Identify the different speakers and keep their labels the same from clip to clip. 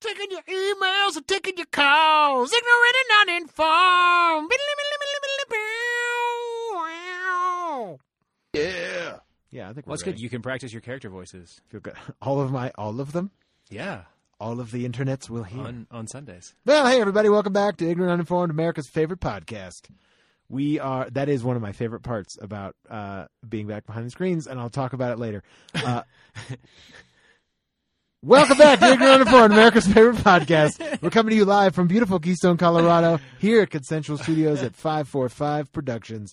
Speaker 1: taking your emails and taking your calls. Ignorant and uninformed.
Speaker 2: Yeah. Yeah, I think we're
Speaker 3: That's good.
Speaker 2: ready.
Speaker 3: You can practice your character voices.
Speaker 2: Feel good. All of my, all of them,
Speaker 3: Yeah,
Speaker 2: all of the internets will hear.
Speaker 3: on on Sundays.
Speaker 2: Well, hey everybody, welcome back to Ignorant Uninformed, America's favorite podcast. We are that is one of my favorite parts about uh, being back behind the screens, and I'll talk about it later. Uh, welcome back to Ignorant Uninformed, America's favorite podcast. We're coming to you live from beautiful Keystone, Colorado, here at Consensual Studios at Five Four Five Productions.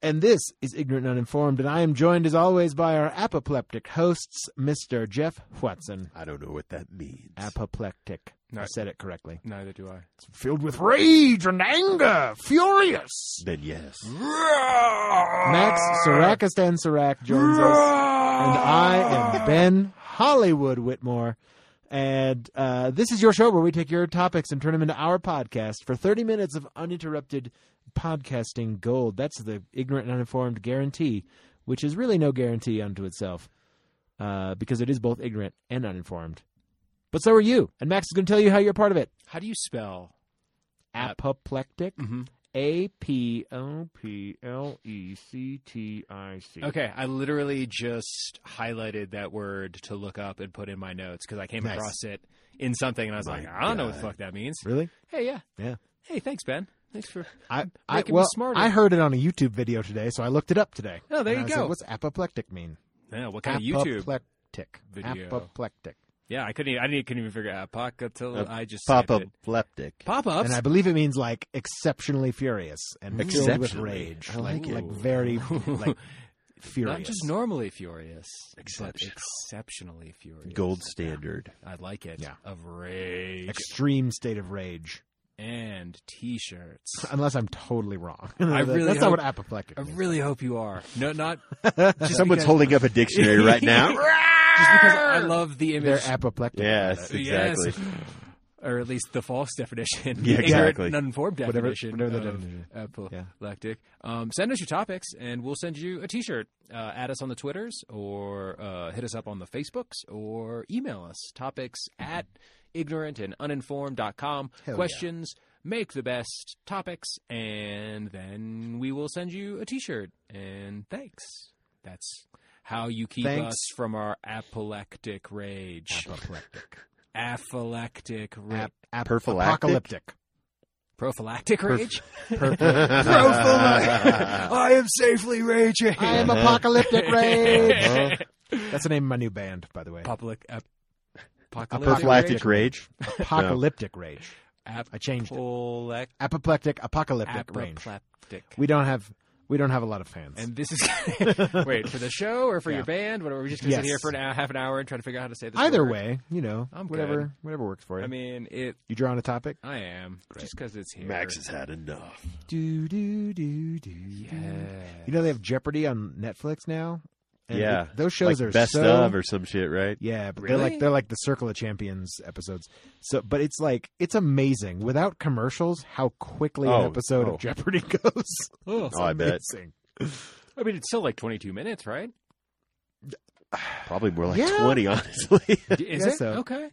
Speaker 2: And this is Ignorant and Uninformed, and I am joined as always by our apoplectic hosts, Mr. Jeff Watson.
Speaker 4: I don't know what that means.
Speaker 2: Apoplectic. I
Speaker 3: Nice.
Speaker 2: said it correctly
Speaker 3: Neither do I.
Speaker 2: filled with rage and anger, furious.
Speaker 4: Then yes.
Speaker 2: Max Sarakistan Sarak joins us, and I am Ben Hollywood Whitmore. And uh, this is your show where we take your topics and turn them into our podcast for 30 minutes of uninterrupted podcasting gold. That's the ignorant and uninformed guarantee, which is really no guarantee unto itself uh, because it is both ignorant and uninformed. But so are you. And Max is going to tell you how you're a part of it.
Speaker 3: How do you spell?
Speaker 2: Apoplectic. Uh,
Speaker 3: Mm-hmm.
Speaker 2: A P O P L E C T I C.
Speaker 3: Okay, I literally just highlighted that word to look up and put in my notes because I came
Speaker 2: Nice.
Speaker 3: across it in something and I was
Speaker 4: My
Speaker 3: like, I don't know what the
Speaker 4: God.
Speaker 3: fuck that means.
Speaker 2: Really?
Speaker 3: Hey, yeah,
Speaker 2: Yeah.
Speaker 3: Hey, thanks, Ben. Thanks for.
Speaker 2: I, I
Speaker 3: Making me
Speaker 2: well,
Speaker 3: smarter.
Speaker 2: I heard it on a YouTube video today, so I looked it up today.
Speaker 3: Oh, there
Speaker 2: And
Speaker 3: you
Speaker 2: I said,
Speaker 3: go.
Speaker 2: What's apoplectic mean?
Speaker 3: Yeah, what kind of YouTube?
Speaker 2: apoplectic.
Speaker 3: video?
Speaker 2: Apoplectic.
Speaker 3: Yeah, I couldn't. Even, I didn't, couldn't even figure out apocatil. I just
Speaker 4: Uh, pop
Speaker 3: up.
Speaker 4: apoplectic.
Speaker 3: Pop ups.
Speaker 2: And I believe it means like exceptionally furious and filled with
Speaker 4: Exceptionally.
Speaker 2: rage,
Speaker 4: I
Speaker 2: like
Speaker 4: like it.
Speaker 2: like very like furious.
Speaker 3: Not just normally furious, but
Speaker 4: Exceptional.
Speaker 3: exceptionally furious.
Speaker 4: Gold standard.
Speaker 3: I like it.
Speaker 2: Yeah.
Speaker 3: Of rage
Speaker 2: Extreme state of rage,
Speaker 3: and t-shirts.
Speaker 2: unless I'm totally wrong.
Speaker 3: I
Speaker 2: That-
Speaker 3: really
Speaker 2: That's not
Speaker 3: hope-
Speaker 2: what apoplectic
Speaker 3: I
Speaker 2: means.
Speaker 3: really hope you are. No, not just
Speaker 4: Someone's
Speaker 3: because-
Speaker 4: holding up a dictionary right now.
Speaker 3: Just because I love the
Speaker 2: They're
Speaker 3: image.
Speaker 2: apoplectic.
Speaker 4: yes,
Speaker 3: Yes.
Speaker 4: exactly.
Speaker 3: or at least the false definition.
Speaker 4: Yeah,
Speaker 3: the ignorant
Speaker 4: exactly.
Speaker 3: and Uninformed
Speaker 2: Whatever-
Speaker 3: definition.
Speaker 2: whatever the
Speaker 3: of
Speaker 2: definition.
Speaker 3: Apoplectic. Um, send us your topics, and we'll send you a T-shirt. Uh, add us on the Twitters, or uh, hit us up on the Facebooks, or email us topics at ignorant and uninformed.com.
Speaker 2: Hell yeah.
Speaker 3: Questions. Make the best topics, and then we will send you a T-shirt. And thanks. That's how you keep
Speaker 2: Thanks.
Speaker 3: us from our apoplectic rage.
Speaker 2: Apoplectic.
Speaker 3: Apoplectic rage.
Speaker 2: Ap- ap-
Speaker 4: Prophylactic?
Speaker 2: Apocalyptic.
Speaker 3: Prophylactic rage?
Speaker 4: I
Speaker 3: am safely raging.
Speaker 2: I am apocalyptic rage. That's the name of my new band, by the way.
Speaker 3: Public ap-
Speaker 4: Prophylactic rage.
Speaker 2: Apocalyptic rage.
Speaker 3: Ap-
Speaker 2: I changed it.
Speaker 3: polec-
Speaker 2: Apoplectic, apocalyptic rage.
Speaker 3: apoplectic.
Speaker 2: We don't have we don't have a lot of fans.
Speaker 3: and this is wait for the show or for
Speaker 2: Yeah.
Speaker 3: your band. Whatever. We're just gonna
Speaker 2: Yes.
Speaker 3: sit here for an hour, half an hour and try to figure out how to say this.
Speaker 2: Either
Speaker 3: word.
Speaker 2: way, you know,
Speaker 3: I'm
Speaker 2: whatever
Speaker 3: good.
Speaker 2: whatever works for you.
Speaker 3: I mean it.
Speaker 2: you draw on a topic.
Speaker 3: I am just because it's here.
Speaker 4: Max has had enough.
Speaker 2: Do do do do.
Speaker 3: Yeah.
Speaker 2: You know they have Jeopardy on Netflix now. And
Speaker 4: yeah,
Speaker 2: th- those shows
Speaker 4: Like
Speaker 2: are
Speaker 4: best
Speaker 2: so
Speaker 4: of or some shit, right?
Speaker 2: Yeah, but they're
Speaker 3: Really?
Speaker 2: like they're like the Circle of Champions episodes. So, but it's like it's amazing without commercials how quickly an
Speaker 4: Oh,
Speaker 2: episode
Speaker 4: oh.
Speaker 2: of Jeopardy goes.
Speaker 3: Oh.
Speaker 4: Oh, I bet.
Speaker 2: Amazing.
Speaker 3: I mean, it's still like 22 minutes, right?
Speaker 4: Probably more like
Speaker 2: Yeah.
Speaker 4: twenty, honestly.
Speaker 3: Is
Speaker 2: guess
Speaker 3: it
Speaker 2: so.
Speaker 3: okay?
Speaker 2: But, like-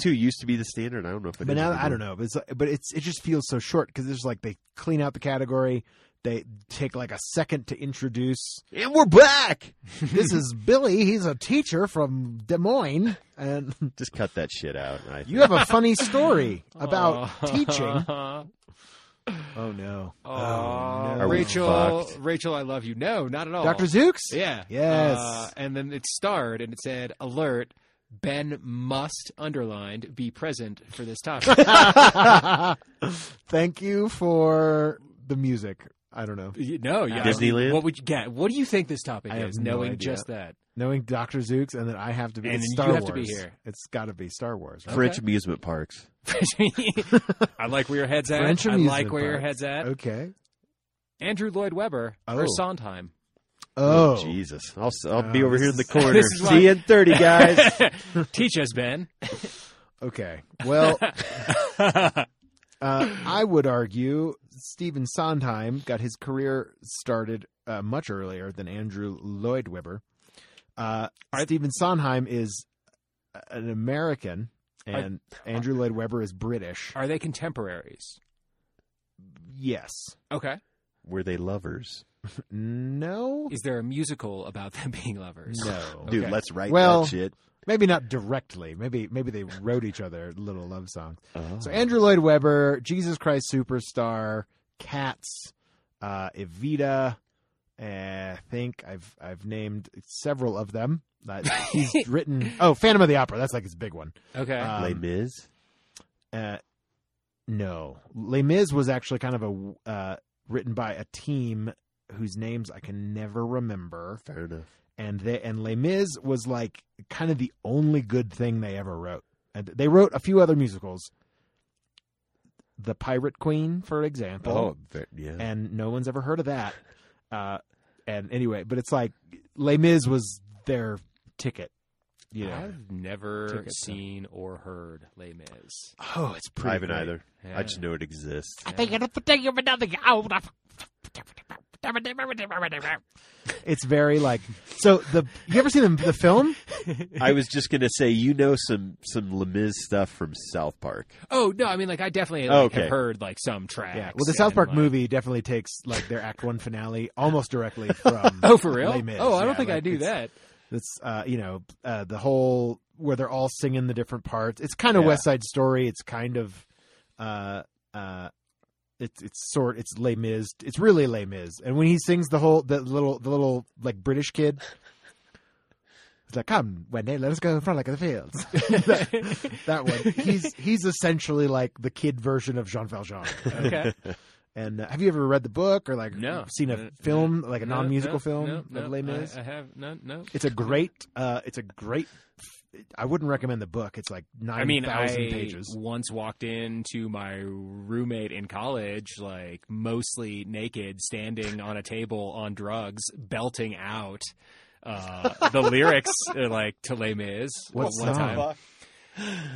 Speaker 4: Twenty-two used to be the standard. I don't know if it
Speaker 2: But
Speaker 4: is
Speaker 2: now
Speaker 4: anymore.
Speaker 2: I don't know. But it's but it's it just feels so short because there's like they clean out the category. They take like a second to introduce.
Speaker 4: And we're back.
Speaker 2: this is Billy. He's a teacher from Des Moines, and
Speaker 4: Just cut that shit out. I
Speaker 2: you have a funny story about
Speaker 3: Aw.
Speaker 2: teaching. Oh no,
Speaker 3: Aw,
Speaker 2: Oh, no.
Speaker 4: Are we
Speaker 3: Rachel,
Speaker 4: fucked?
Speaker 3: Rachel, I love you. No, not at all.
Speaker 2: Doctor Zooks.
Speaker 3: Yeah.
Speaker 2: Yes.
Speaker 3: Uh, and then it starred and it said, alert, Ben must, underlined, be present for this topic.
Speaker 2: Thank you for the music. I don't know.
Speaker 3: You- no, yeah.
Speaker 4: Disneyland?
Speaker 3: What would you get? What do you think this topic
Speaker 2: I have
Speaker 3: is,
Speaker 2: no
Speaker 3: knowing
Speaker 2: idea.
Speaker 3: just that?
Speaker 2: Knowing Doctor Zooks, and then I have to be
Speaker 3: And
Speaker 2: it's
Speaker 3: you
Speaker 2: Star
Speaker 3: have
Speaker 2: Wars.
Speaker 3: to be here.
Speaker 2: It's got to be Star Wars. Right?
Speaker 4: French
Speaker 3: Okay.
Speaker 4: amusement parks.
Speaker 3: I like where your head's at.
Speaker 2: French
Speaker 3: I
Speaker 2: amusement
Speaker 3: like where your
Speaker 2: park.
Speaker 3: head's at.
Speaker 2: Okay.
Speaker 3: Andrew Lloyd Webber
Speaker 2: Oh.
Speaker 3: for Sondheim.
Speaker 2: Oh,
Speaker 4: Jesus! I'll s- I'll
Speaker 2: Oh,
Speaker 4: be over
Speaker 2: this
Speaker 4: here in the
Speaker 2: is-
Speaker 4: corner.
Speaker 3: this is why-
Speaker 4: See you in thirty, guys.
Speaker 3: Teach us, Ben.
Speaker 2: okay. Well, Uh, I would argue Stephen Sondheim got his career started uh, much earlier than Andrew Lloyd Webber. Uh, Stephen Sondheim is an American and Andrew Lloyd Webber is British.
Speaker 3: Are they contemporaries?
Speaker 2: yes.
Speaker 3: Okay.
Speaker 4: Were they lovers?
Speaker 2: No.
Speaker 3: Is there a musical about them being lovers?
Speaker 2: No.
Speaker 4: Dude,
Speaker 3: Okay.
Speaker 4: let's write
Speaker 2: Well-
Speaker 4: that shit.
Speaker 2: Maybe not directly. Maybe maybe they wrote each other little love songs.
Speaker 4: Oh.
Speaker 2: So Andrew Lloyd Webber, Jesus Christ Superstar, Cats, uh, Evita. Uh, I think I've I've named several of them. Uh, he's written. Oh, Phantom of the Opera. That's like his big one.
Speaker 3: Okay.
Speaker 2: Uh,
Speaker 4: Les
Speaker 2: um,
Speaker 4: Mis?
Speaker 2: Uh, no, Les Mis was actually kind of a uh, written by a team whose names I can never remember,
Speaker 4: Fair enough.
Speaker 2: and they and Les Mis was like kind of the only good thing they ever wrote. And they wrote a few other musicals, The Pirate Queen, for example,
Speaker 4: Oh, ve- yeah.
Speaker 2: and no one's ever heard of that. Uh, and anyway, but it's like Les Mis was their ticket. You know,
Speaker 3: I've never
Speaker 2: Ticket to-
Speaker 3: seen or heard Les Mis.
Speaker 2: oh, it's
Speaker 4: I
Speaker 2: pretty.
Speaker 4: haven't
Speaker 2: great.
Speaker 4: either.
Speaker 3: Yeah.
Speaker 4: I just know it exists.
Speaker 1: I think it'll take you another hour.
Speaker 2: It's very like so. The you ever seen the, the film?
Speaker 4: I was just gonna say, you know some some Les Mis stuff from South Park.
Speaker 3: Oh no, I mean like I definitely like,
Speaker 4: Okay.
Speaker 3: have heard like some tracks.
Speaker 2: Yeah. Well, the South
Speaker 3: and,
Speaker 2: Park
Speaker 3: like-
Speaker 2: movie definitely takes like their Act One finale almost directly from.
Speaker 3: Oh, for real?
Speaker 2: Les Mis.
Speaker 3: Oh, I don't
Speaker 2: Yeah,
Speaker 3: think I
Speaker 2: like,
Speaker 3: do
Speaker 2: it's-
Speaker 3: that.
Speaker 2: It's uh, you know uh, the whole where they're all singing the different parts. It's kind of
Speaker 4: Yeah.
Speaker 2: West Side Story. It's kind of uh uh. It's it's sort it's Les Mis. It's really Les Mis. And when he sings the whole the little the little like British kid, it's like come Wendy, let us go in front like the fields. that one. He's he's essentially like the kid version of Jean Valjean.
Speaker 3: okay.
Speaker 2: And uh, have you ever read the book or like
Speaker 3: No.
Speaker 2: seen a
Speaker 3: No,
Speaker 2: film like a
Speaker 3: No,
Speaker 2: non-musical
Speaker 3: no,
Speaker 2: film
Speaker 3: no,
Speaker 2: of
Speaker 3: no,
Speaker 2: Les Mis?
Speaker 3: I, I have no, no.
Speaker 2: it's a great. Uh, it's a great. I wouldn't recommend the book. It's like
Speaker 3: I
Speaker 2: nine
Speaker 3: mean, I
Speaker 2: thousand pages.
Speaker 3: once walked into my roommate in college, like mostly naked, standing on a table on drugs, belting out uh, the lyrics uh, like to Les Mis
Speaker 2: What
Speaker 3: one
Speaker 2: song?
Speaker 3: time.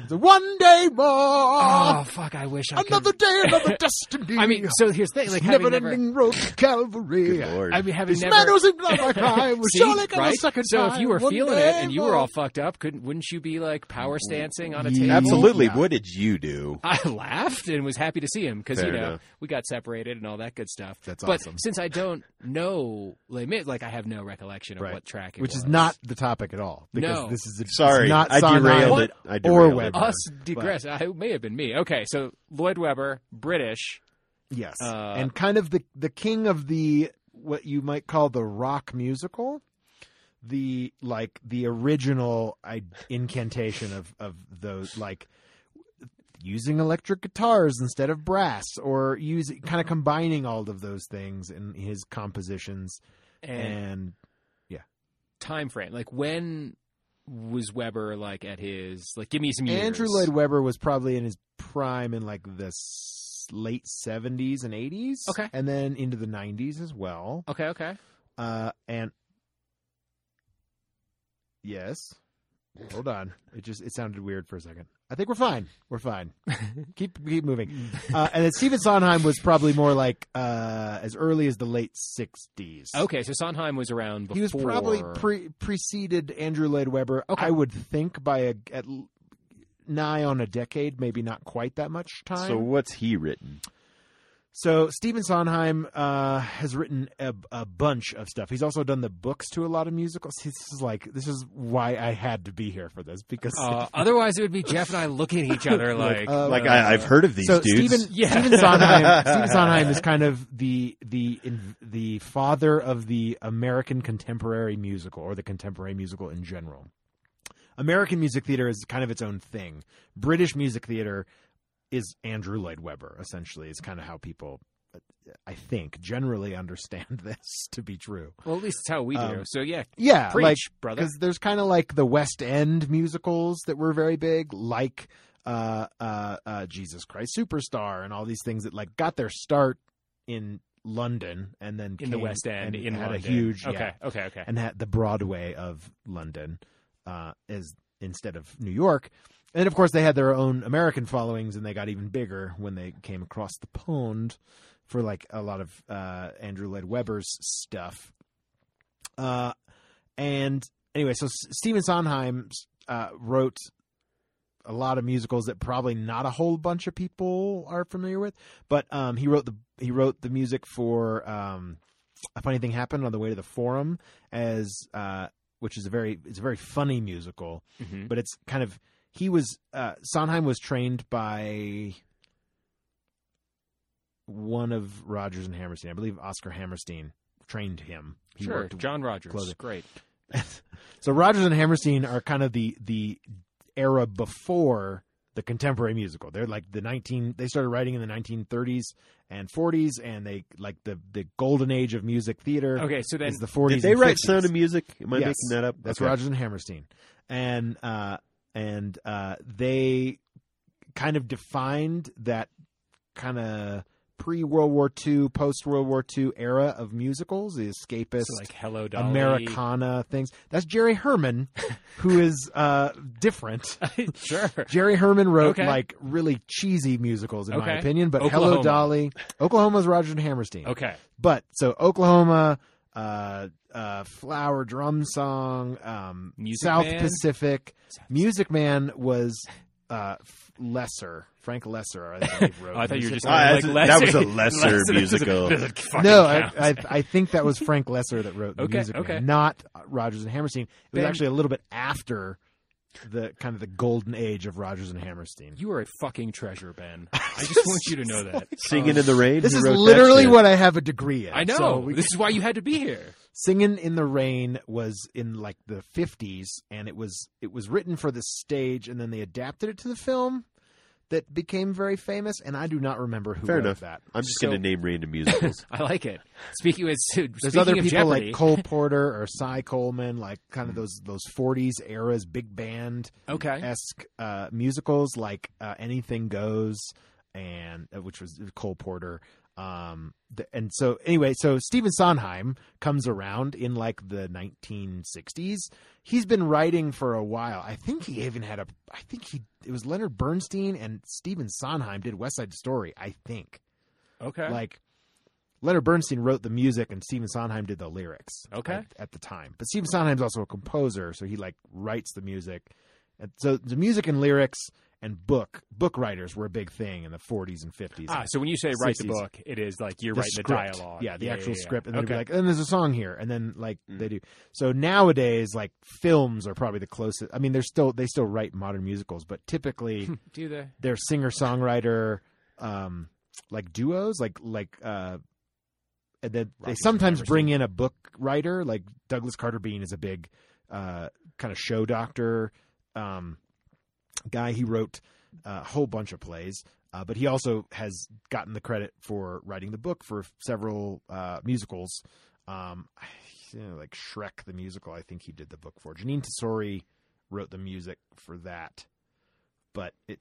Speaker 2: It's a one day more,
Speaker 3: Oh fuck! I wish I
Speaker 2: another
Speaker 3: Could...
Speaker 2: day, another destiny.
Speaker 3: I mean, so here's the thing: like having never,
Speaker 2: never-ending road to Calvary.
Speaker 4: Good lord.
Speaker 3: I mean, having
Speaker 2: These
Speaker 3: never.
Speaker 2: man who's in love like I will
Speaker 3: See,
Speaker 2: surely come a
Speaker 3: right?
Speaker 2: second
Speaker 3: so
Speaker 2: time.
Speaker 3: if you were
Speaker 2: one
Speaker 3: feeling it
Speaker 2: day
Speaker 3: and you were
Speaker 2: more.
Speaker 3: all fucked up, couldn't wouldn't you be like power stancing on a
Speaker 2: Yeah.
Speaker 3: table?
Speaker 4: Absolutely.
Speaker 2: Yeah.
Speaker 4: What did you do?
Speaker 3: I laughed and was happy to see him because you
Speaker 4: Fair
Speaker 3: know
Speaker 4: enough.
Speaker 3: we got separated and all that good stuff.
Speaker 2: That's
Speaker 3: but
Speaker 2: awesome.
Speaker 3: since I don't know Les Mis, like I have no recollection of
Speaker 2: Right.
Speaker 3: what track it
Speaker 2: which
Speaker 3: was.
Speaker 2: is not the topic at all. Because
Speaker 3: No.
Speaker 2: this is it's
Speaker 4: Sorry,
Speaker 2: not
Speaker 4: I
Speaker 2: Sondheim
Speaker 4: derailed it. I
Speaker 2: or
Speaker 4: derailed it.
Speaker 2: Webber.
Speaker 3: us. Digress. I, it may have been me. Okay, so Lloyd Webber, British.
Speaker 2: Yes,
Speaker 3: Uh,
Speaker 2: and kind of the the king of the what you might call the rock musical, the like the original I, incantation of of those like using electric guitars instead of brass or using kind of combining all of those things in his compositions
Speaker 3: And
Speaker 2: and
Speaker 3: time frame, like when was Webber like at his like? Give me some years.
Speaker 2: Andrew Lloyd Webber was probably in his prime in like the s- late 70s and 80s
Speaker 3: Okay.
Speaker 2: and then into the 90s as well
Speaker 3: Okay, okay.
Speaker 2: Uh, and yes, hold on. It just it sounded weird for a second. I think we're fine. We're fine. keep keep moving. Uh, and then Stephen Sondheim was probably more like uh, as early as the late sixties.
Speaker 3: Okay, so Sondheim was around before.
Speaker 2: He was probably pre- preceded Andrew Lloyd Webber.
Speaker 3: Okay.
Speaker 2: I would think by a at l- nigh on a decade, maybe not quite that much time.
Speaker 4: So what's he written?
Speaker 2: So Stephen Sondheim uh, has written a, a bunch of stuff. He's also done the books to a lot of musicals. This is like this is why I had to be here for this because
Speaker 3: Uh, otherwise, it would be Jeff and I looking at each other like,
Speaker 2: Like, uh,
Speaker 4: Like I, I've heard of these
Speaker 2: so
Speaker 4: dudes.
Speaker 2: Stephen
Speaker 3: Yeah.
Speaker 2: Stephen Sondheim Stephen Sondheim is kind of the the in, the father of the American contemporary musical or the contemporary musical in general. American music theater is kind of its own thing. British music theater is Andrew Lloyd Webber essentially is kind of how people I think generally understand this to be true.
Speaker 3: Well, at least it's how we do.
Speaker 2: Um,
Speaker 3: so yeah,
Speaker 2: Yeah,
Speaker 3: preach,
Speaker 2: like
Speaker 3: brother.
Speaker 2: because there's kind of like the West End musicals that were very big, like uh, uh, uh, Jesus Christ Superstar and all these things that like got their start in London and then
Speaker 3: In the
Speaker 2: came
Speaker 3: West End,
Speaker 2: and
Speaker 3: in
Speaker 2: had
Speaker 3: London.
Speaker 2: a huge
Speaker 3: okay,
Speaker 2: yeah,
Speaker 3: okay, okay.
Speaker 2: and had the Broadway of London uh, is instead of New York. And of course, they had their own American followings, and they got even bigger when they came across the pond for like a lot of uh, Andrew Lloyd Webber's stuff. Uh, and anyway, so S- Stephen Sondheim uh, wrote a lot of musicals that probably not a whole bunch of people are familiar with. But um, he wrote the he wrote the music for um, a funny thing happened on the way to the forum as uh, which is a very it's a very funny musical,
Speaker 3: Mhm.
Speaker 2: but it's kind of he was uh, Sondheim was trained by one of Rogers and Hammerstein, I believe Oscar Hammerstein trained him. He
Speaker 3: Sure,
Speaker 2: worked
Speaker 3: John Rogers,
Speaker 2: clothing.
Speaker 3: great.
Speaker 2: so Rogers and Hammerstein are kind of the the era before the contemporary musical. They're like the 19 they started writing in the 1930s and 40s and they like the the golden age of music theater
Speaker 3: Okay, so then
Speaker 2: is the 40s.
Speaker 4: Did they
Speaker 2: and
Speaker 4: write
Speaker 2: 50s.
Speaker 4: Sound of Music? Am I
Speaker 2: Yes.
Speaker 4: making that up?
Speaker 2: That's
Speaker 4: Okay.
Speaker 2: Rogers and Hammerstein, and uh, and uh, they kind of defined that kind of pre World War II, post World War II era of musicals, the escapist,
Speaker 3: so like Hello Dolly,
Speaker 2: Americana things. That's Jerry Herman, who is uh, different.
Speaker 3: sure.
Speaker 2: Jerry Herman wrote
Speaker 3: Okay.
Speaker 2: like really cheesy musicals, in my
Speaker 3: Okay.
Speaker 2: opinion. But Hello
Speaker 3: Oklahoma.
Speaker 2: Dolly, Oklahoma's Rogers and Hammerstein.
Speaker 3: Okay,
Speaker 2: But so Oklahoma, uh, uh, Flower Drum Song, um,
Speaker 3: Music
Speaker 2: South
Speaker 3: Man.
Speaker 2: Pacific, Music Man was uh, f- lesser. Frank Lesser, I think, wrote
Speaker 3: Oh, I thought you were
Speaker 2: Music
Speaker 3: just
Speaker 2: Man.
Speaker 4: Ah,
Speaker 3: like, lesser.
Speaker 4: that's- that was a lesser musical.
Speaker 3: Doesn't fucking
Speaker 2: No, I,
Speaker 3: count.
Speaker 2: I, I think that was Frank Lesser that wrote the
Speaker 3: Okay,
Speaker 2: Music
Speaker 3: okay.
Speaker 2: Man, not uh, Rogers and Hammerstein. It was
Speaker 3: Ben-
Speaker 2: actually a little bit after the kind of the golden age of Rogers and Hammerstein.
Speaker 3: you are a fucking treasure, Ben. I just want you to know that.
Speaker 4: Singing in the Rain.
Speaker 2: This
Speaker 4: Who
Speaker 2: is
Speaker 4: wrote that
Speaker 2: literally
Speaker 4: shit?
Speaker 2: what I have a degree in.
Speaker 3: I know.
Speaker 2: So we
Speaker 3: this is why you had to be here.
Speaker 2: Singing in the Rain was in like the 50s and it was it was written for the stage and then they adapted it to the film that became very famous and I do not remember who
Speaker 4: Fair
Speaker 2: wrote
Speaker 4: enough.
Speaker 2: that.
Speaker 4: I'm just
Speaker 3: So-
Speaker 4: going to name random musicals.
Speaker 3: I like it. Speaking of, speaking
Speaker 2: There's other
Speaker 3: of
Speaker 2: people
Speaker 3: Jeopardy,
Speaker 2: like Cole Porter or Cy Coleman, like kind of
Speaker 4: Mm.
Speaker 2: those those 40s eras big band
Speaker 3: okay,
Speaker 2: esque uh, musicals like uh, Anything Goes and uh, which was Cole Porter. Um, the, and so anyway, so Stephen Sondheim comes around in like the 1960s. He's been writing for a while. I think he even had a. I think he it was Leonard Bernstein and Stephen Sondheim did West Side Story. I think
Speaker 3: okay,
Speaker 2: like. Leonard Bernstein wrote the music and Stephen Sondheim did the lyrics.
Speaker 3: Okay.
Speaker 2: At, at the time, but Stephen Sondheim's also a composer, so he like writes the music. And so the music and lyrics and book book writers were a big thing in the 40s and 50s.
Speaker 3: ah, so when you say write the
Speaker 2: 60s.
Speaker 3: book, it is like you're
Speaker 2: The
Speaker 3: writing
Speaker 2: script.
Speaker 3: the dialogue.
Speaker 2: yeah, the actual script, and then
Speaker 3: okay.
Speaker 2: they'd be like, and there's a song here, and then like
Speaker 4: Mm.
Speaker 2: they do. So nowadays, like films are probably the closest. I mean, they're still they still write modern musicals, but typically
Speaker 3: do the
Speaker 2: they're singer songwriter um like duos like like uh and then they
Speaker 3: Rogers
Speaker 2: sometimes
Speaker 3: and
Speaker 2: bring in a book writer like Douglas Carter Bean is a big uh kind of show doctor um guy he wrote a whole bunch of plays uh, but he also has gotten the credit for writing the book for several uh musicals um you know, like Shrek the musical I think he did the book for Janine Tesori wrote the music for that but it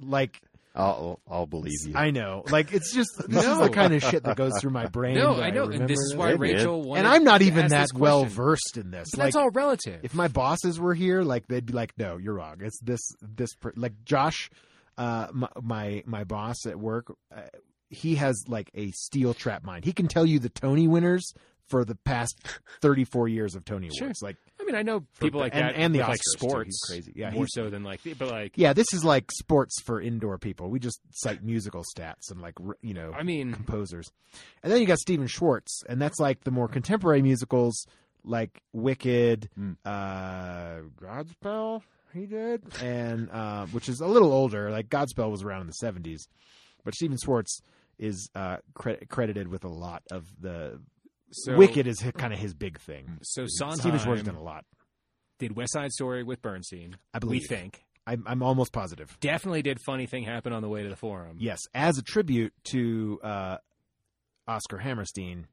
Speaker 2: like
Speaker 4: I'll, I'll believe you.
Speaker 2: I know. Like it's just this is
Speaker 3: No.
Speaker 2: the kind of shit that goes through my brain.
Speaker 3: no,
Speaker 2: that
Speaker 3: I know, and
Speaker 2: remember
Speaker 3: this is
Speaker 2: that.
Speaker 3: why
Speaker 4: Hey, man.
Speaker 3: Rachel wanted.
Speaker 2: And I'm not
Speaker 3: to
Speaker 2: even
Speaker 3: ask
Speaker 2: that
Speaker 3: this
Speaker 2: well
Speaker 3: question.
Speaker 2: versed in this.
Speaker 3: But
Speaker 2: Like
Speaker 3: that's all relative.
Speaker 2: if my bosses were here, like they'd be like, "No, you're wrong. It's this this per-. like Josh, uh, my my, my boss at work, uh, he has like a steel trap mind. He can tell you the Tony winners for the past 34 years of Tony
Speaker 3: Sure.
Speaker 2: awards. Like,
Speaker 3: I mean, I know people like
Speaker 2: and-
Speaker 3: that
Speaker 2: and the
Speaker 3: with, like
Speaker 2: Oscars, too.
Speaker 3: sports,
Speaker 2: He's crazy. Yeah,
Speaker 3: more
Speaker 2: he's-
Speaker 3: so than like, but like,
Speaker 2: yeah, this is like sports for indoor people. We just cite musical stats and like r- you know
Speaker 3: I mean,
Speaker 2: composers. And then you got Stephen Schwartz, and that's like the more contemporary musicals like Wicked,
Speaker 4: Hmm.
Speaker 2: uh, Godspell, he did, and uh, which is a little older. Like Godspell was around in the 70s. But Stephen Schwartz is uh, cre- credited with a lot of the.
Speaker 3: so
Speaker 2: Wicked is kind of his big thing.
Speaker 3: So
Speaker 2: Stephen Schwartz done
Speaker 3: Sondheim
Speaker 2: a lot.
Speaker 3: did West Side Story with Bernstein.
Speaker 2: I
Speaker 3: We
Speaker 2: believe.
Speaker 3: think
Speaker 2: I'm, I'm almost positive.
Speaker 3: definitely did funny thing happen on the way to the forum.
Speaker 2: Yes, as a tribute to uh, Oscar Hammerstein.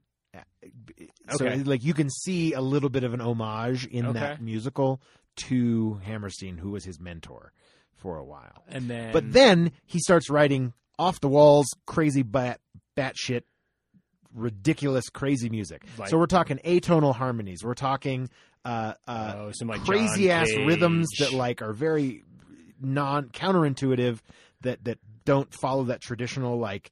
Speaker 2: So,
Speaker 3: Okay.
Speaker 2: like, you can see a little bit of an homage in
Speaker 3: Okay.
Speaker 2: that musical to Hammerstein, who was his mentor for a while.
Speaker 3: and then
Speaker 2: but then he starts writing off the walls, crazy bat batshit, ridiculous, crazy music.
Speaker 3: Like-
Speaker 2: so we're talking atonal harmonies. We're talking uh, uh,
Speaker 3: oh, some like
Speaker 2: crazy
Speaker 3: John
Speaker 2: ass
Speaker 3: Cage.
Speaker 2: rhythms that like are very non counterintuitive that that don't follow that traditional like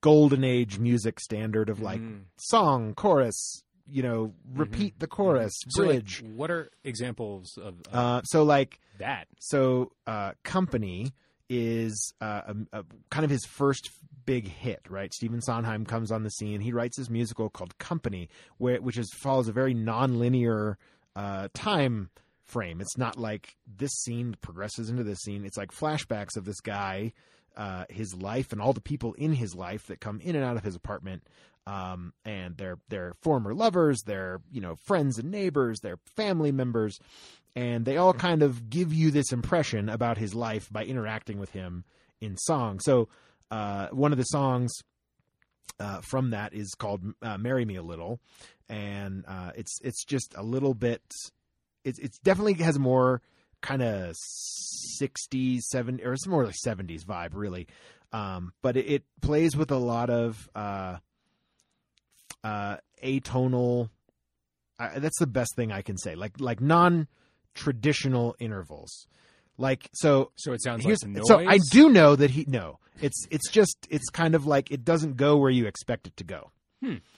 Speaker 2: golden age music standard of like
Speaker 3: Mm.
Speaker 2: song chorus you know, repeat the chorus,
Speaker 3: Mm-hmm. So, like,
Speaker 2: bridge.
Speaker 3: what are examples of of
Speaker 2: uh, so like
Speaker 3: that?
Speaker 2: so uh, company is uh, um uh kind of his first big hit right Stephen Sondheim comes on the scene he writes this musical called Company where which is follows a very non-linear uh, time frame it's not like this scene progresses into this scene it's like flashbacks of this guy uh, his life and all the people in his life that come in and out of his apartment um, and their their former lovers, their you know friends and neighbors, their family members, and they all kind of give you this impression about his life by interacting with him in song. So uh, one of the songs uh, from that is called uh, "Marry Me a Little," and uh, it's it's just a little bit. It's it's definitely has more kind of 60s 70s or it's more like 70s vibe really um but it, it plays with a lot of uh uh, atonal. I that's the best thing I can say. Like like non traditional intervals. Like so.
Speaker 3: So it sounds like
Speaker 2: here's-
Speaker 3: noise.
Speaker 2: so I do know that he no. It's it's just it's kind of like it doesn't go where you expect it to go.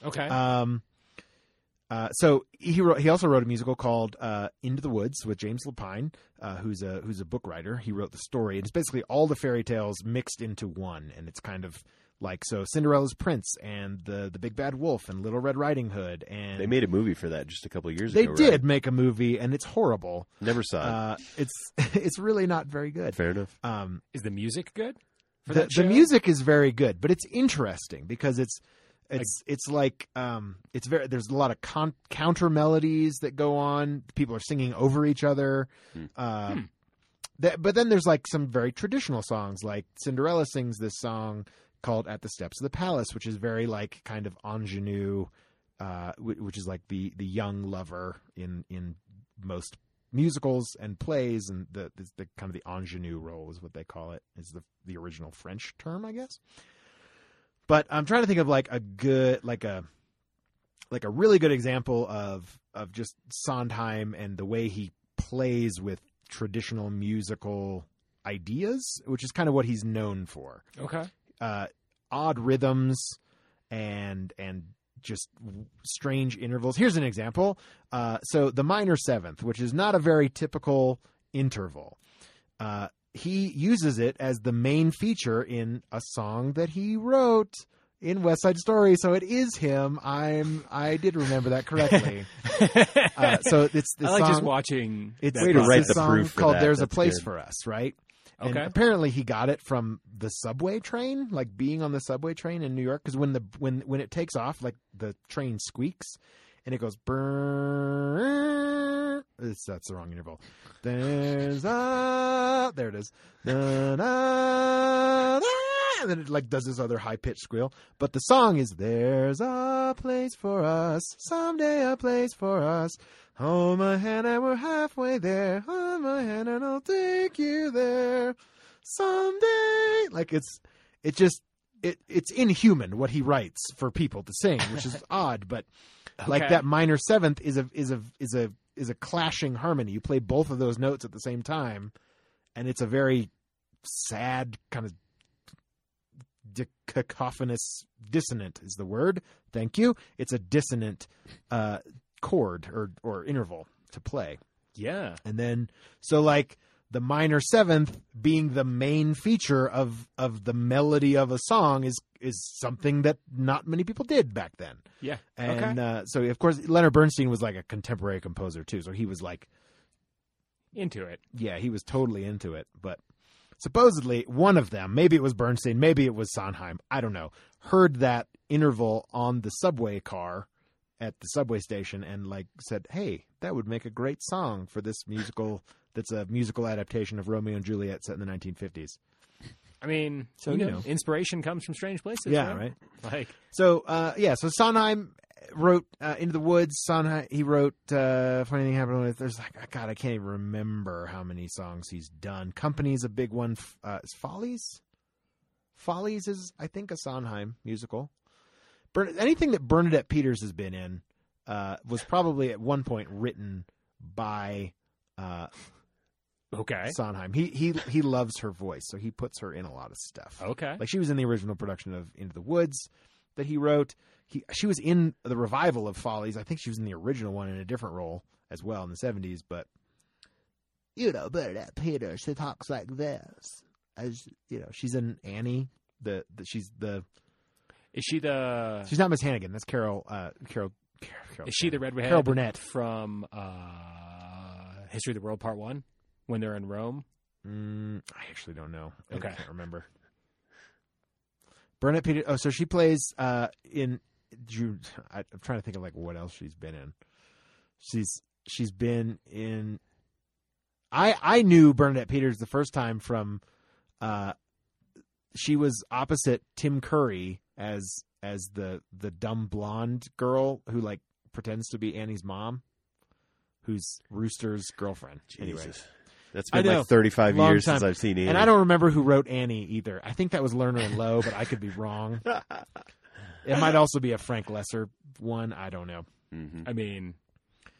Speaker 3: Okay.
Speaker 2: Um, uh, so he wrote, he also wrote a musical called uh, Into the Woods with James Lapine, uh, who's a who's a book writer. He wrote the story, and it's basically all the fairy tales mixed into one, and it's kind of like so Cinderella's Prince and the the Big Bad Wolf and Little Red Riding Hood, and
Speaker 4: They made a movie for that just a couple of years
Speaker 2: they
Speaker 4: ago.
Speaker 2: did
Speaker 4: right?
Speaker 2: make a movie, and it's horrible.
Speaker 4: Never saw it.
Speaker 2: Uh, it's it's really not very good.
Speaker 4: Fair enough.
Speaker 2: Um,
Speaker 3: is the music good? for
Speaker 2: the,
Speaker 3: that
Speaker 2: the
Speaker 3: show?
Speaker 2: music is very good, but it's interesting because it's it's it's like um it's very there's a lot of con- counter melodies that go on. People are singing over each other.
Speaker 4: Hmm.
Speaker 2: Uh, that- but then there's like some very traditional songs, like Cinderella sings this song called "At the Steps of the Palace," which is very like kind of ingenue, uh, whi- which is like the the young lover in in most musicals and plays and the, the, the kind of the ingenue role is what they call it is the the original French term, I guess. But I'm trying to think of like a good like a like a really good example of of just Sondheim and the way he plays with traditional musical ideas, which is kind of what he's known for.
Speaker 3: Okay.
Speaker 2: Uh, odd rhythms and and just w- strange intervals. Here's an example. Uh, so the minor seventh, which is not a very typical interval, uh, he uses it as the main feature in a song that he wrote in West Side Story. So it is him. I'm I did remember that correctly. uh, so it's the
Speaker 3: I like
Speaker 2: song.
Speaker 3: just watching.
Speaker 2: It's,
Speaker 3: that
Speaker 4: Way to
Speaker 2: it's
Speaker 4: write
Speaker 2: this
Speaker 4: the
Speaker 2: song
Speaker 4: proof for
Speaker 2: called
Speaker 4: that.
Speaker 2: "There's a
Speaker 4: That's
Speaker 2: Place
Speaker 4: good.
Speaker 2: for Us," right? And uh,
Speaker 3: Okay.
Speaker 2: apparently, he got it from the subway train, like being on the subway train in New York. Because when the when when it takes off, like the train squeaks, and it goes brrrr. It's, that's the wrong interval. There's a there it is. Da, da, da, and then it like does this other high pitched squeal. But the song is "There's a place for us someday, a place for us." Hold my hand and we're halfway there. Hold my hand and I'll take you there someday. Like it's, it just, it it's inhuman what he writes for people to sing, which is odd. But like
Speaker 3: Okay.
Speaker 2: that minor seventh is a is a is a is a clashing harmony. You play both of those notes at the same time, and it's a very sad kind of di- cacophonous dissonant is the word. Thank you. It's a dissonant uh, chord or or interval to play.
Speaker 3: yeah.
Speaker 2: And then so like the minor seventh being the main feature of of the melody of a song is is something that not many people did back then.
Speaker 3: Yeah.
Speaker 2: And
Speaker 3: okay.
Speaker 2: uh, so of course Leonard Bernstein was like a contemporary composer too. So he was like
Speaker 3: Into it.
Speaker 2: yeah, he was totally into it, but supposedly one of them, maybe it was Bernstein, maybe it was Sondheim, I don't know, heard that interval on the subway car at the subway station and like said, "Hey, that would make a great song for this musical that's a musical adaptation of Romeo and Juliet set in the 1950s."
Speaker 3: I mean,
Speaker 2: So,
Speaker 3: you,
Speaker 2: you
Speaker 3: know,
Speaker 2: know.
Speaker 3: inspiration comes from strange places.
Speaker 2: Yeah,
Speaker 3: right?
Speaker 2: right.
Speaker 3: Like
Speaker 2: So, uh, yeah, so Sondheim wrote uh, Into the Woods. Sondheim, he wrote uh, Funny Thing Happened with. There's like, God, I can't even remember how many songs he's done. Company's a big one. F- Uh, is Follies? Follies is, I think, a Sondheim musical. Bern- anything that Bernadette Peters has been in uh, was probably at one point written by uh,
Speaker 3: okay,
Speaker 2: Sondheim. He, he, he loves her voice, so he puts her in a lot of stuff.
Speaker 3: okay,
Speaker 2: Like she was in the original production of Into the Woods. that he wrote. He, she was in the revival of Follies. I think she was in the original one in a different role as well in the 70s, but you know, but that Peter, she talks like this. As you know, she's in Annie. The, the she's the
Speaker 3: Is she the?
Speaker 2: she's not Miss Hannigan. That's Carol. Uh, Carol. Carol,
Speaker 3: Uh.
Speaker 2: Carol
Speaker 3: Is she the redhead?
Speaker 2: Carol Burnett.
Speaker 3: from uh, History of the World Part One when they're in Rome.
Speaker 2: Mm, I actually don't know.
Speaker 3: Okay.
Speaker 2: I can't remember. Burnett Peter. Oh, so she plays uh, in. June, I, I'm trying to think of like what else she's been in. She's she's been in. I I knew Bernadette Peters the first time from, uh, she was opposite Tim Curry as as the the dumb blonde girl who like pretends to be Annie's mom, who's Rooster's girlfriend.
Speaker 4: Jesus.
Speaker 2: Anyway.
Speaker 4: That's
Speaker 2: I
Speaker 4: been
Speaker 2: know.
Speaker 4: like 35
Speaker 2: Long
Speaker 4: years since
Speaker 2: time.
Speaker 4: I've seen Annie.
Speaker 2: And I don't remember who wrote Annie either. I think that was Lerner and Lowe, but I could be wrong. It might also be a Frank Lesser one. I don't know.
Speaker 4: Mhm.
Speaker 3: I mean,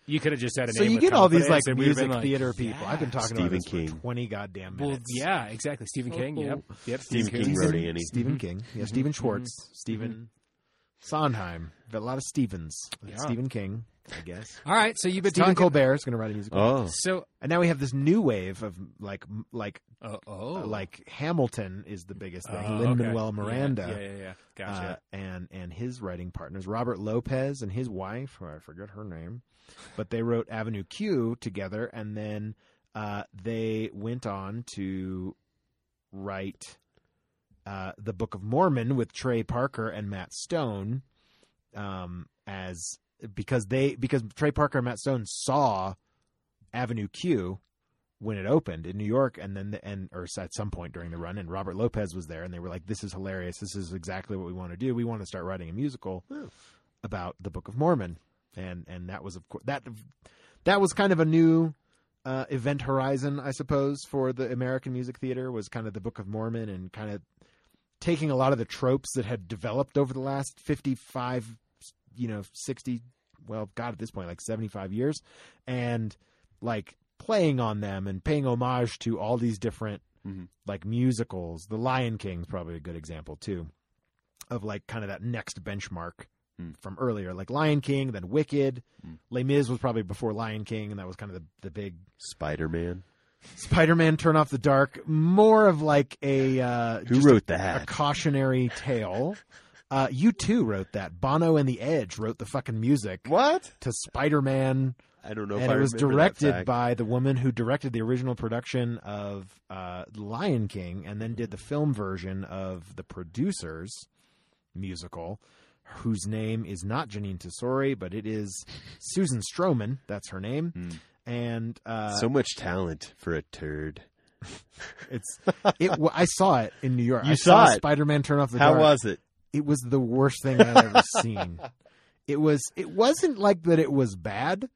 Speaker 3: you could have just said a
Speaker 2: So
Speaker 3: name
Speaker 2: you
Speaker 3: with
Speaker 2: get all these like
Speaker 3: confidence and we'd have
Speaker 2: music
Speaker 3: been like,
Speaker 2: theater people. I've been
Speaker 3: "Yeah."
Speaker 2: talking
Speaker 4: Stephen
Speaker 2: about this
Speaker 4: King.
Speaker 2: for twenty goddamn minutes. Oh.
Speaker 3: Well, yeah, exactly. Stephen King. Yep. Yep.
Speaker 4: Stephen King
Speaker 2: Stephen,
Speaker 4: wrote Annie.
Speaker 2: Stephen
Speaker 3: Mhm.
Speaker 2: King. Yeah,
Speaker 3: Mhm.
Speaker 2: Stephen Schwartz. Stephen Sondheim. But A lot of Stevens.
Speaker 3: Yeah.
Speaker 2: Stephen King, I guess.
Speaker 3: All right. So you've been
Speaker 2: Stephen
Speaker 3: talking.
Speaker 2: Colbert is going to write a musical.
Speaker 4: Oh,
Speaker 3: So,
Speaker 2: And now we have this new wave of like m- like
Speaker 3: uh, oh,
Speaker 2: like Hamilton is the biggest thing.
Speaker 3: Oh,
Speaker 2: Lin
Speaker 3: okay.
Speaker 2: Manuel
Speaker 3: Yeah,
Speaker 2: Miranda.
Speaker 3: Yeah, yeah, yeah. Gotcha.
Speaker 2: uh, and and his writing partners Robert Lopez and his wife, who I forget her name, but they wrote Avenue Q together, and then uh, they went on to write uh, the Book of Mormon with Trey Parker and Matt Stone, um, as because they because Trey Parker and Matt Stone saw Avenue Q when it opened in New York, and then the, and or at some point during the run, and Robert Lopez was there, and they were like, "This is hilarious. This is exactly what we want to do. We want to start writing a musical about the Book of Mormon," and and that was of course that that was kind of a new uh, event horizon, I suppose, for the American music theater was kind of the Book of Mormon and kind of taking a lot of the tropes that had developed over the last fifty five, you know, sixty, well, God, at this point, like seventy five years, and like playing on them and paying homage to all these different
Speaker 4: Mhm.
Speaker 2: like musicals. The Lion King's probably a good example too of like kind of that next benchmark
Speaker 4: Mm.
Speaker 2: from earlier, like Lion King, then Wicked.
Speaker 4: Mm.
Speaker 2: Les Mis was probably before Lion King, and that was kind of the, the big
Speaker 4: Spider Man.
Speaker 2: Spider-Man Turn Off the Dark. More of like a uh,
Speaker 4: Who
Speaker 2: just
Speaker 4: wrote
Speaker 2: a, a
Speaker 4: that?
Speaker 2: cautionary tale. Uh, you too wrote that. Bono and the Edge wrote the fucking music
Speaker 4: what?
Speaker 2: to Spider-Man
Speaker 4: I don't know if
Speaker 2: and
Speaker 4: I
Speaker 2: it was
Speaker 4: remember that
Speaker 2: directed
Speaker 4: fact.
Speaker 2: by the woman who directed the original production of uh, Lion King, and then
Speaker 4: Mm-hmm.
Speaker 2: did the film version of the producers musical, whose name is not Janine Tesori, but it is Susan Stroman. That's her name,
Speaker 4: Hmm.
Speaker 2: and uh,
Speaker 4: so much talent for a turd.
Speaker 2: it's it. wa- I saw it in New York.
Speaker 4: You
Speaker 2: I
Speaker 4: saw
Speaker 2: saw,
Speaker 4: it.
Speaker 2: Spider-Man turn off the
Speaker 4: How
Speaker 2: dark.
Speaker 4: was it?
Speaker 2: it was the worst thing I've ever seen. It was it wasn't like that it was bad.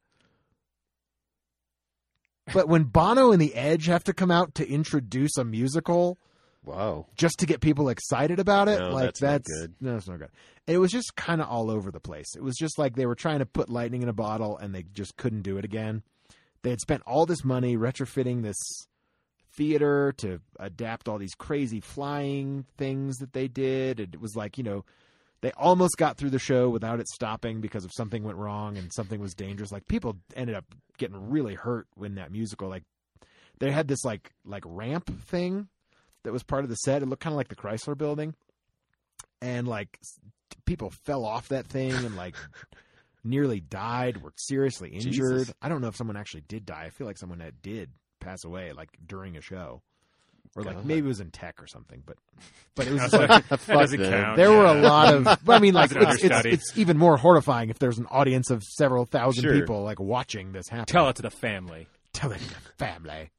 Speaker 2: But when Bono and the Edge have to come out to introduce a musical
Speaker 4: Wow.
Speaker 2: just to get people excited about it,
Speaker 4: No,
Speaker 2: like
Speaker 4: that's not
Speaker 2: that's
Speaker 4: good.
Speaker 2: no, it's not good. It was just kind of all over the place. It was just like they were trying to put lightning in a bottle and they just couldn't do it again. They had spent all this money retrofitting this theater to adapt all these crazy flying things that they did. And it was like, you know, they almost got through the show without it stopping because if something went wrong and something was dangerous, like people ended up getting really hurt when that musical, like they had this like, like ramp thing that was part of the set. It looked kind of like the Chrysler building. And like s- people fell off that thing and like nearly died, were seriously injured.
Speaker 4: Jesus.
Speaker 2: I don't know if someone actually did die. I feel like someone that did pass away like during a show or like
Speaker 4: God.
Speaker 2: maybe it was in tech or something, but but it was just
Speaker 3: That
Speaker 2: like
Speaker 4: Fuck
Speaker 3: doesn't
Speaker 4: them.
Speaker 3: count.
Speaker 2: there were a
Speaker 3: Yeah.
Speaker 2: lot of. I mean, like
Speaker 3: That was an
Speaker 2: it's, it's,
Speaker 3: understudy.
Speaker 2: it's even more horrifying if there's an audience of several thousand
Speaker 4: Sure.
Speaker 2: people like watching this happen.
Speaker 3: Tell it to the family.
Speaker 2: tell it to the family.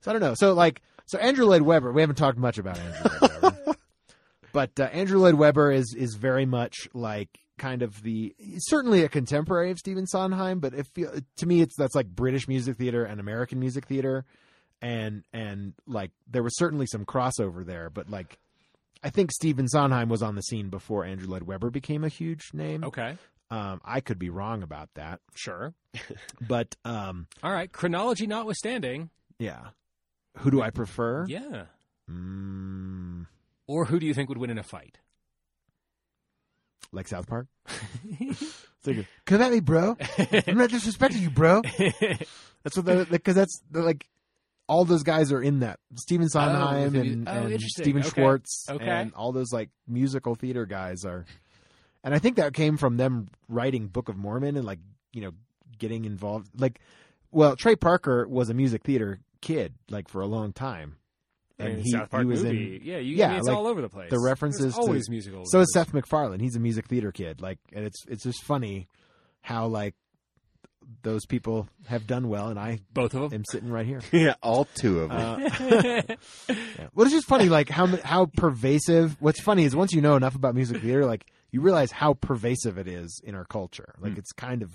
Speaker 2: So I don't know. So like, so Andrew Lloyd Webber. We haven't talked much about Andrew Lloyd Webber, but uh, Andrew Lloyd Webber is is very much like kind of the certainly a contemporary of Stephen Sondheim, but if you- to me it's that's like British music theater and American music theater, and and like there was certainly some crossover there, but like. I think Stephen Sondheim was on the scene before Andrew Lloyd Webber became a huge name.
Speaker 3: Okay.
Speaker 2: Um, I could be wrong about that,
Speaker 3: Sure.
Speaker 2: but um,
Speaker 3: All right. Chronology notwithstanding.
Speaker 2: yeah. Who do I prefer?
Speaker 3: Yeah.
Speaker 2: Mm,
Speaker 3: Or who do you think would win in a fight?
Speaker 2: Like South Park? So you go, Come at me, bro. I'm not disrespecting you, bro. That's what they're because that's they're like all those guys are in that. Steven Sondheim
Speaker 3: the mu-
Speaker 2: and,
Speaker 3: oh,
Speaker 2: and
Speaker 3: interesting.
Speaker 2: Steven
Speaker 3: Okay.
Speaker 2: Schwartz
Speaker 3: Okay.
Speaker 2: and all those like musical theater guys are. And I think that came from them writing Book of Mormon and like you know getting involved. Like, well, Trey Parker was a music theater kid like for a long time,
Speaker 3: I mean,
Speaker 2: he,
Speaker 3: South Park
Speaker 2: he was in
Speaker 3: movie. yeah, you, I
Speaker 2: yeah,
Speaker 3: mean, it's
Speaker 2: like,
Speaker 3: all over the place.
Speaker 2: the references
Speaker 3: There's
Speaker 2: to-
Speaker 3: always musical.
Speaker 2: so is Seth MacFarlane. He's a music theater kid. Like, and it's it's just funny how like those people have done well, and I
Speaker 3: both of them.
Speaker 2: am sitting right here.
Speaker 4: Yeah, all two of them.
Speaker 2: Uh, yeah. Well, it's just funny, like how m- how pervasive. What's funny is once you know enough about music theater, like you realize how pervasive it is in our culture. Like it's kind of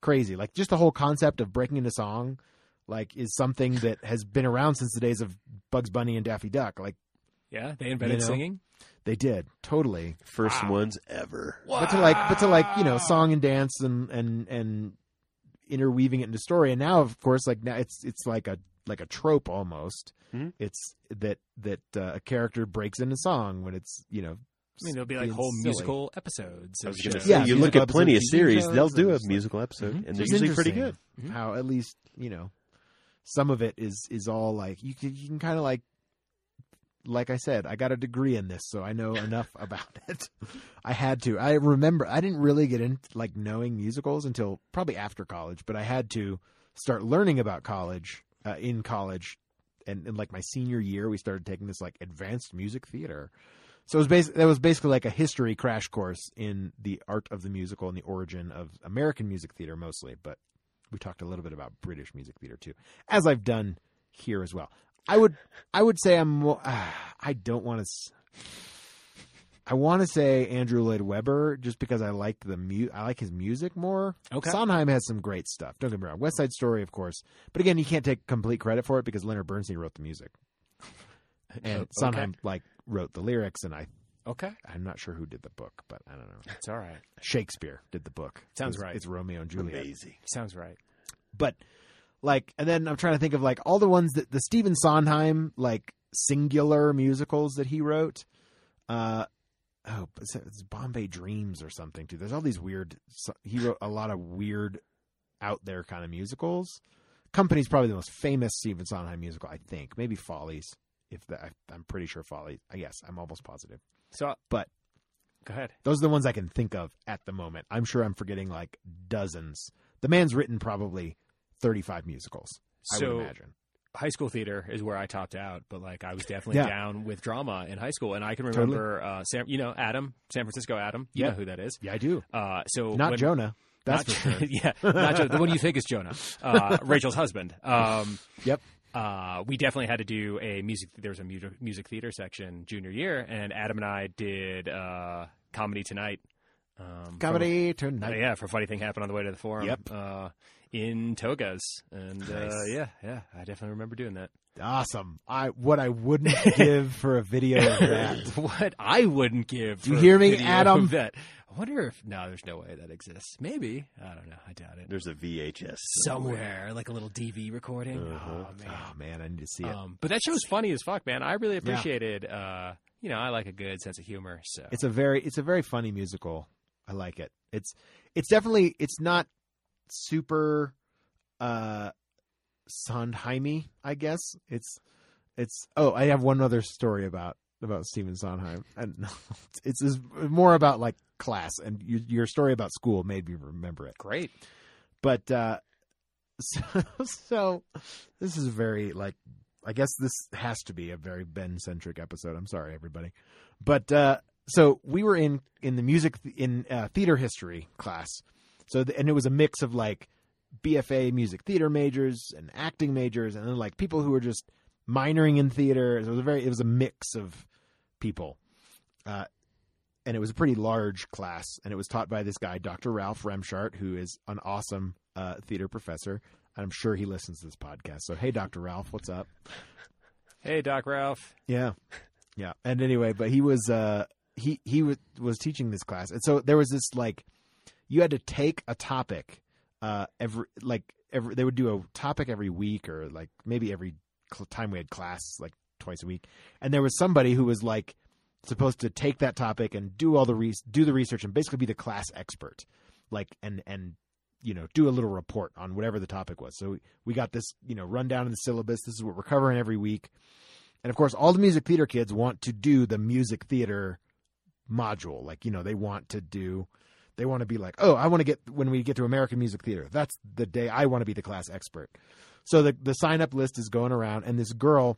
Speaker 2: crazy. Like just the whole concept of breaking into song, like is something that has been around since the days of Bugs Bunny and Daffy Duck. Like
Speaker 3: yeah, they invented
Speaker 2: know?
Speaker 3: singing.
Speaker 2: they did totally.
Speaker 4: First ones ever.
Speaker 2: but to like but to like you know song and dance and and and interweaving it into story and now of course like now it's it's like a like a trope almost
Speaker 3: Hmm?
Speaker 4: Mhm.
Speaker 2: it's that that uh, a character breaks into song when it's you know
Speaker 3: I mean, there'll be like
Speaker 2: being
Speaker 3: whole
Speaker 2: silly.
Speaker 3: musical episodes.
Speaker 4: I was
Speaker 3: and
Speaker 4: gonna
Speaker 3: shows.
Speaker 4: say,
Speaker 2: Yeah,
Speaker 4: you
Speaker 2: musical
Speaker 4: look at
Speaker 2: episodes,
Speaker 4: plenty of
Speaker 2: TV
Speaker 4: series,
Speaker 2: shows,
Speaker 4: they'll do a
Speaker 2: and-
Speaker 4: musical episode,
Speaker 2: Mhm.
Speaker 4: and they're
Speaker 2: It's
Speaker 4: usually pretty good. Mm-hmm.
Speaker 2: interesting how at least you know some of it is is all like you can, you can kind of like like I said, I got a degree in this, so I know enough about it. I had to. I remember I didn't really get into like knowing musicals until probably after college, but I had to start learning about college uh, in college, and, and like my senior year, we started taking this like advanced music theater. So it was basically that was basically like a history crash course in the art of the musical and the origin of American music theater mostly, but we talked a little bit about British music theater too, as I've done here as well. I would I would say I'm more, uh, I don't want to I want to say Andrew Lloyd Webber just because I like the mu- I like his music more.
Speaker 3: Okay.
Speaker 2: Sondheim has some great stuff. Don't get me wrong. West Side Story, of course, but again, you can't take complete credit for it because Leonard Bernstein wrote the music, and
Speaker 3: Oh, okay.
Speaker 2: Sondheim like wrote the lyrics, and I
Speaker 3: Okay,
Speaker 2: I'm not sure who did the book, but I don't know.
Speaker 3: it's all right.
Speaker 2: Shakespeare did the book.
Speaker 3: Sounds
Speaker 2: It's-
Speaker 3: right.
Speaker 2: It's Romeo and Juliet
Speaker 4: Amazing.
Speaker 3: Sounds right.
Speaker 2: but like and then i'm trying to think of like all the ones that the Stephen sondheim like singular musicals that he wrote uh oh it's, it's bombay dreams or something too there's all these weird so- he wrote a lot of weird out there kind of musicals company's probably the most famous Stephen sondheim musical i think maybe follies if that I, i'm pretty sure follies i guess i'm almost positive
Speaker 3: So,
Speaker 2: But-
Speaker 3: go ahead.
Speaker 2: those are the ones i can think of at the moment i'm sure i'm forgetting like dozens the man's written probably 35 musicals I would
Speaker 3: So,
Speaker 2: imagine.
Speaker 3: high school theater is where I topped out, but like I was definitely
Speaker 2: Yeah.
Speaker 3: down with drama in high school, and I can
Speaker 2: Totally.
Speaker 3: remember, uh, Sam, you know, Adam, San Francisco Adam. You
Speaker 2: Yep.
Speaker 3: know who that is.
Speaker 2: Yeah, I do.
Speaker 3: Uh, so
Speaker 2: Not
Speaker 3: when-
Speaker 2: Jonah. That's
Speaker 3: not,
Speaker 2: for sure.
Speaker 3: yeah, not Jonah. The one you think is Jonah, uh, Rachel's husband. Um,
Speaker 2: Yep.
Speaker 3: uh, we definitely had to do a music. There was a mu- music theater section junior year, and Adam and I did uh, comedy tonight. Um,
Speaker 2: Comedy
Speaker 3: from- uh,
Speaker 2: tonight.
Speaker 3: yeah, for funny thing happened on the way to the forum.
Speaker 2: Yep.
Speaker 3: Uh, in togas, and uh,
Speaker 4: Nice.
Speaker 3: yeah, yeah, I definitely remember doing that.
Speaker 2: Awesome. I what I wouldn't give for a video of that.
Speaker 3: what I wouldn't give.
Speaker 2: Do you
Speaker 3: for
Speaker 2: hear me,
Speaker 3: video
Speaker 2: Adam?
Speaker 3: of That I wonder if no, there's no way that exists. Maybe I don't know. I doubt it.
Speaker 4: There's a VHS
Speaker 3: Somewhere, like a little DV recording.
Speaker 4: Uh-huh.
Speaker 3: Oh man.
Speaker 2: Oh man, I need to see it.
Speaker 3: Um, but that show's funny as fuck, man. I really appreciated. Uh, you know, I like a good sense of humor. So
Speaker 2: It's a very it's a very funny musical. I like it. It's it's definitely it's not super uh Sondheimy, I guess. It's it's oh, I have one other story about about Stephen Sondheim. And it's, it's more about like class and your, your story about school made me remember it.
Speaker 3: great.
Speaker 2: but uh so, so this is very like i guess this has to be a very ben centric episode i'm sorry everybody but uh so we were in in the music in uh, theater history class so the, and it was a mix of like bfa music theater majors and acting majors and then like people who were just minoring in theater it was a very it was a mix of people uh and it was a pretty large class and it was taught by this guy dr ralph remchart who is an awesome uh, theater professor i'm sure he listens to this podcast so hey dr ralph what's up
Speaker 3: Hey, Doc Ralph.
Speaker 2: yeah yeah and anyway but he was uh he he was was teaching this class and so there was this like you had to take a topic uh every like every they would do a topic every week or like maybe every cl- time we had class like twice a week and there was somebody who was like supposed to take that topic and do all the re- do the research and basically be the class expert, like and and you know do a little report on whatever the topic was. So we, we got this you know rundown in the syllabus. This is what we're covering every week, and of course, all the music theater kids want to do the music theater module. Like you know they want to do. They want to be like, oh, I want to get when we get to American music theater. That's the day I want to be the class expert. So the the sign up list is going around, and this girl,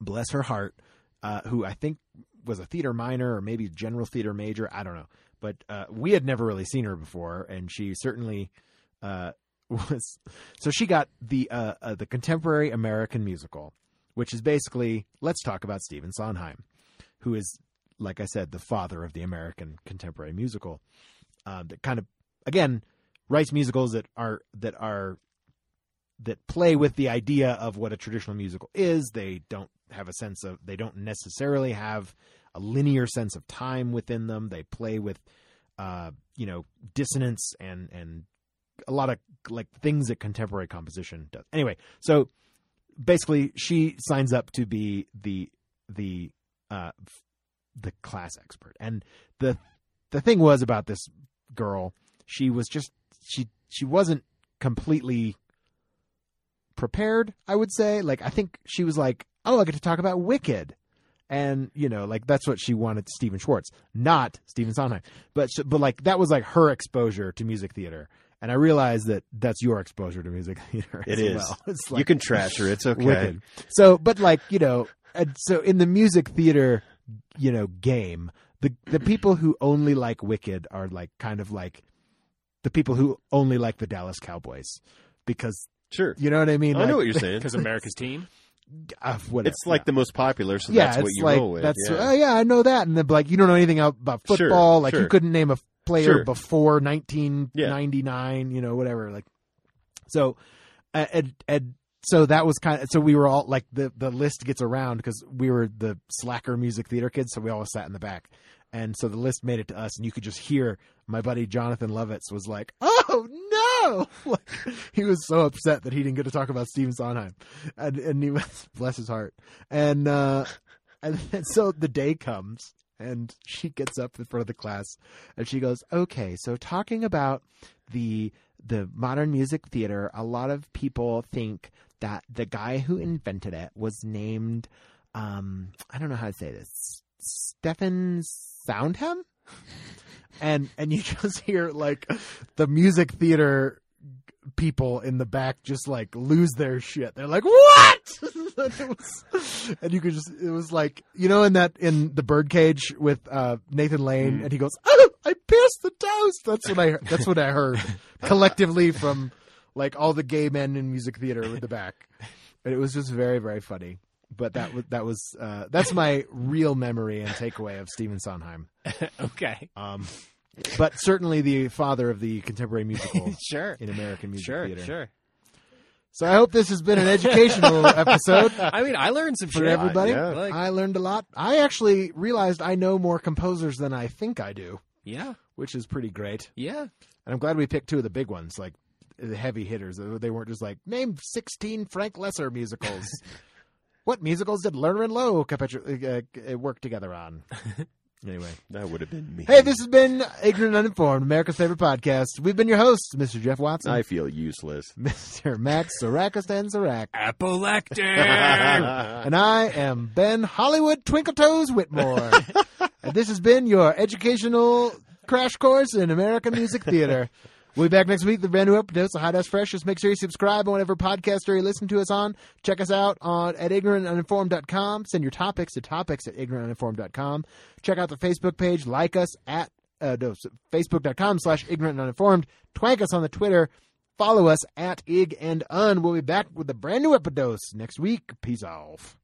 Speaker 2: bless her heart, uh, who I think was a theater minor or maybe general theater major. I don't know, but uh, we had never really seen her before, and she certainly uh, was. So she got the uh, uh, the contemporary American musical, which is basically let's talk about Stephen Sondheim, who is like I said the father of the American contemporary musical. Uh, that kind of again writes musicals that are that are that play with the idea of what a traditional musical is. They don't have a sense of they don't necessarily have a linear sense of time within them. They play with uh, you know dissonance and and a lot of like things that contemporary composition does. Anyway, so basically she signs up to be the the uh, f- the class expert. And the the thing was about this girl, she was just she she wasn't completely prepared, I would say. Like, I think she was like, oh, I get to talk about Wicked. And, you know, like, that's what she wanted Stephen Schwartz, not Stephen Sondheim. But, sh- but like, that was like her exposure to music theater. And I realize that that's your exposure to music theater.
Speaker 4: It
Speaker 2: as
Speaker 4: is.
Speaker 2: Well. It's
Speaker 4: you can trash her. It's okay.
Speaker 2: Wicked. So, but like you know, and so in the music theater, you know, game, the the people who only like Wicked are like kind of like the people who only like the Dallas Cowboys because
Speaker 4: Sure.
Speaker 2: you know what I mean.
Speaker 4: I know
Speaker 2: Like,
Speaker 4: what you're saying.
Speaker 3: because America's team.
Speaker 2: uh, whatever.
Speaker 4: It's like the most popular, so
Speaker 2: yeah,
Speaker 4: that's
Speaker 2: it's
Speaker 4: what you
Speaker 2: like
Speaker 4: roll with.
Speaker 2: that's
Speaker 4: yeah.
Speaker 2: oh yeah, I know that, and then like you don't know anything out about
Speaker 4: Sure,
Speaker 2: football, like you
Speaker 4: sure.
Speaker 2: couldn't name a player
Speaker 4: Sure.
Speaker 2: before 1999, you know, whatever. Like so, uh, and and so that was kind of so we were all like the the list gets around because we were the slacker music theater kids, so we all sat in the back, and so the list made it to us, and you could just hear my buddy Jonathan Lovitz was like, "Oh no!" Like, he was so upset that he didn't get to talk about Steven Sondheim, and and he was bless his heart, and uh, and then, so the day comes. And she gets up in front of the class, and she goes, "Okay, so talking about the the modern music theater, a lot of people think that the guy who invented it was named, um, I don't know how to say this, Stefan Soundham, and and you just hear like the music theater people in the back just like lose their shit. They're like, "What?" and, it was- and you could just it was like you know in that in the birdcage with uh, Nathan Lane,
Speaker 3: Mm.
Speaker 2: and he goes, "Oh, I pierced the toast." That's what I that's what I heard collectively from like all the gay men in music theater with the back, and it was just very very funny. But that was that was uh, that's my real memory and takeaway of Stephen Sondheim.
Speaker 3: okay,
Speaker 2: Um, but certainly the father of the contemporary musical
Speaker 3: sure,
Speaker 2: in American music
Speaker 3: sure,
Speaker 2: theater.
Speaker 3: sure.
Speaker 2: So I hope this has been an educational episode
Speaker 3: I mean, I learned some
Speaker 2: for
Speaker 3: shit.
Speaker 2: everybody.
Speaker 4: yeah.
Speaker 3: Like-
Speaker 2: I learned a lot. I actually realized I know more composers than I think I do,
Speaker 3: yeah,
Speaker 2: which is pretty great.
Speaker 3: yeah.
Speaker 2: And I'm glad we picked two of the big ones, like the heavy hitters. They weren't just like name 16 Frank Lesser musicals. what musicals did Lerner and Lowe Capetri- uh, uh, work together on? anyway.
Speaker 4: That would have been me.
Speaker 2: Hey, this has been Ignorant Uninformed, America's favorite podcast. We've been your hosts, Mr. Jeff Watson,
Speaker 4: I feel useless.
Speaker 2: Mr. Max Sarakistan Sarak,
Speaker 3: Apoplectic.
Speaker 2: and I am Ben Hollywood Twinkle Toes Whitmore. and this has been your educational crash course in American music theater. We'll be back next week. The brand new episode of Hot Ass Fresh. Just make sure you subscribe on whatever podcaster you listen to us on. Check us out on at ignorantuninformed.com. Send your topics to topics at ignorantuninformed.com. Check out the Facebook page. Like us at uh, no, s- facebook.com slash ignorant and uninformed. Twank us on the Twitter. Follow us at ig and un. We'll be back with a brand new epidose next week. Peace off.